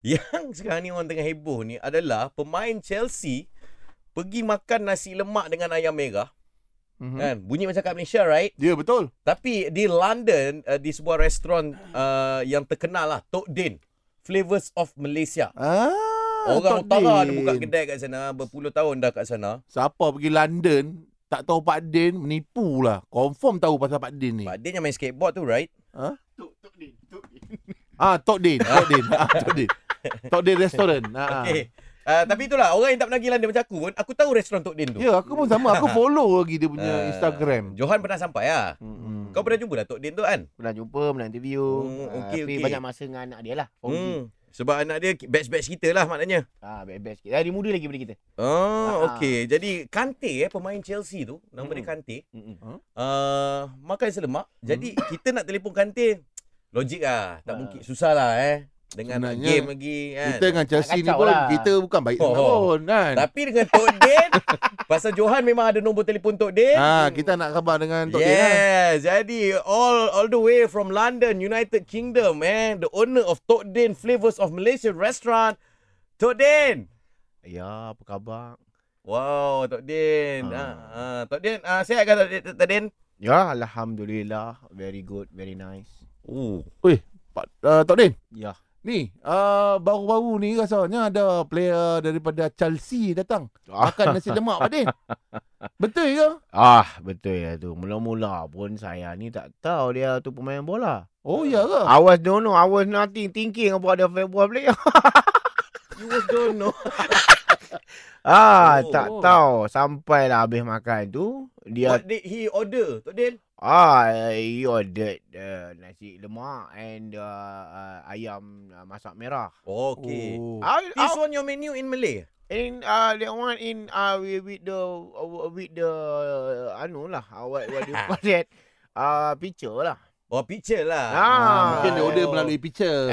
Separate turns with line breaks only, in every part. Yang sekarang ni orang tengah heboh ni adalah pemain Chelsea pergi makan nasi lemak dengan ayam merah.
Mhm.
Kan? Bunyi macam kat Malaysia, right?
Ya betul.
Tapi di London, uh, di sebuah restoran uh, yang terkenal lah, Tok Din. Flavours of Malaysia.
Ah,
Orang
Tok
utara ada
Din.
buka kedai kat sana. Berpuluh tahun dah kat sana.
Siapa pergi London tak tahu Pak Din menipu lah. Confirm tahu pasal Pak Din ni.
Pak Din yang main skateboard tu, right?
Tok Tok Din, Tok Din.
Ah Tok Din, Tok Din, ah, Tok Din. Tok Din restoran. Ah. Okay.
Okay. Uh, tapi itulah, orang yang tak pernah pergi London macam aku pun, aku tahu restoran Tok Din tu.
Ya, aku pun sama. Aku follow lagi dia punya
Ah,
Instagram.
Johan pernah sampai lah.
Mm-mm.
Kau pernah jumpa dah Tok Din tu kan?
Pernah jumpa, pernah interview.
Hmm,
Ah,
okey,
tapi
okey.
banyak masa dengan anak dia lah. Fauzi.
Hmm. Sebab anak dia batch-batch kita lah maknanya.
Ah, best kita. Dia muda lagi daripada kita.
Oh,
Ah.
okey. Jadi Kante eh pemain Chelsea tu, nama dia
Hmm.
Mm-mm.
Kante.
Mm-mm.
Uh, makan selemak. Jadi kita nak telefon Kante. Logik lah. Tak
Ah.
mungkin susah lah eh. Dengan nak
Sebenarnya,
game lagi kan.
Kita dengan Chelsea ni
Kacau
pun
lah.
kita bukan baik
Oh,
sangat
oh.
pun kan.
Tapi dengan Tok Din, pasal Johan memang ada nombor telefon Tok Din.
Ah, kita nak khabar dengan Tok Din lah.
Yes, jadi all all the way from London, United Kingdom, eh, the owner of Tok Din Flavours of Malaysia restaurant, Tok Din.
Ya, apa khabar?
Wow, Tok Din. Ha.
Ah.
Ha, Tok Din, ah sihat ke Tok Din? Tok Din?
Ya, Alhamdulillah. Very good, very nice.
Oh.
Pak- ah, Tok Din.
Ya.
Ni, ah, baru-baru ni rasanya ada player daripada Chelsea datang.
Ah.
Makan nasi lemak Pak Din. Betul ke?
Ah, betul ya tu. Mula-mula pun saya ni tak tahu dia tu pemain bola.
Oh, ya ke?
I was don't know. I was nothing thinking about the football player.
You was don't know.
Ah,
Oh.
oh. tak tahu. Sampailah habis makan tu, dia
What did he order, Tok Din?
Ah, he ordered uh, nasi lemak and uh, uh, ayam uh, masak merah.
Okay.
Oh.
I,
This
I,
one your menu in Malay?
in uh, that one in uh, with, with the uh, with the uh, anu lah, uh, what, what do you call that? Uh, picture lah.
Oh, picture lah.
Ah.
Mungkin dia
Oh.
order melalui picture.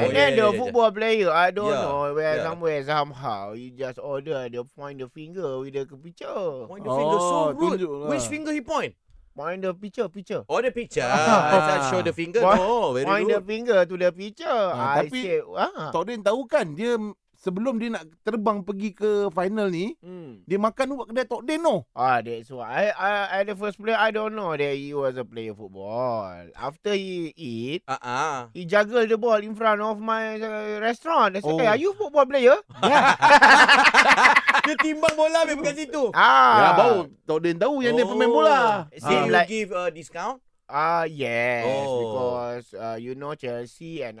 Oh,
and
yeah,
then
yeah,
the
yeah,
football player, I don't
Yeah,
know where
yeah.
somewhere somehow you just order, they point the finger with the picture,
Point the finger
Ah,
so
Oh,
rude.
tunjuk lah.
Which finger he point?
point the picture, picture.
Oh, the picture.
Ah.
Ah. Show the finger.
Point-
No, very
point the
rude.
finger to the picture.
Ah,
I
tapi-
said, ah.
Tok Din tahu kan dia sebelum dia nak terbang pergi ke final ni,
Hmm.
dia makan buat kedai Tok Din tu.
Ah, that's why. I, I, I the first player, I don't know that he was a player football. After he eat,
Ah, ah.
he juggle the ball in front of my uh, restaurant. I said,
Oh.
oh. hey, are you football player?
Dia timbang bola habis bukan situ.
ah.
Ya, baru Tok Din tahu yang dia pemain bola. Eh,
Did
Ah.
you
Like-
give a discount?
Ah, yes.
Oh.
Because, uh, you know, Chelsea and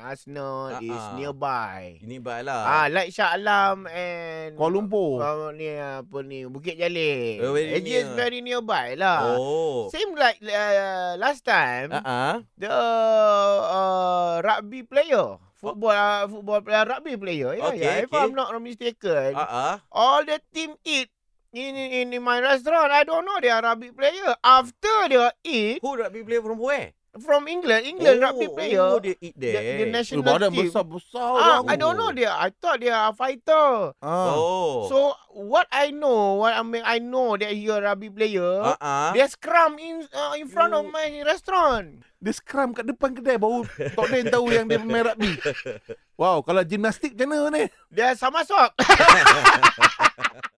Ah,
Arsenal is
ah.
nearby.
Ini lah. baiklah.
Ah, like Shah Alam and...
Kuala Lumpur.
Uh, ni apa ni, Bukit Jalil.
Oh, very
It is
near.
very nearby lah.
Oh.
Same like uh, last time.
Ah ah.
the uh, rugby player, football uh, football player, rugby player. Yeah,
Okay,
yeah. If
okay.
I'm not mistaken,
Ah ah.
all the team eat in, in in my restaurant. I don't know they are rugby player. After they eat
Who rugby player from where?
from England, England rugby player,
Oh, they eat
the,
there.
the
Eh,
national
badan
team.
besar-besar.
Ah,
orang.
I don't know they. are- I thought they are fighter.
Ah.
Oh.
So what I know, what I mean, I know that he a rugby player.
ah ah.
They scrum in uh, in front of
You-
my restaurant.
Dia scrum kat depan kedai baru Tok Dan tahu yang dia pemain rugby. Wow, kalau gimnastik macam mana ni?
Dia sama sok.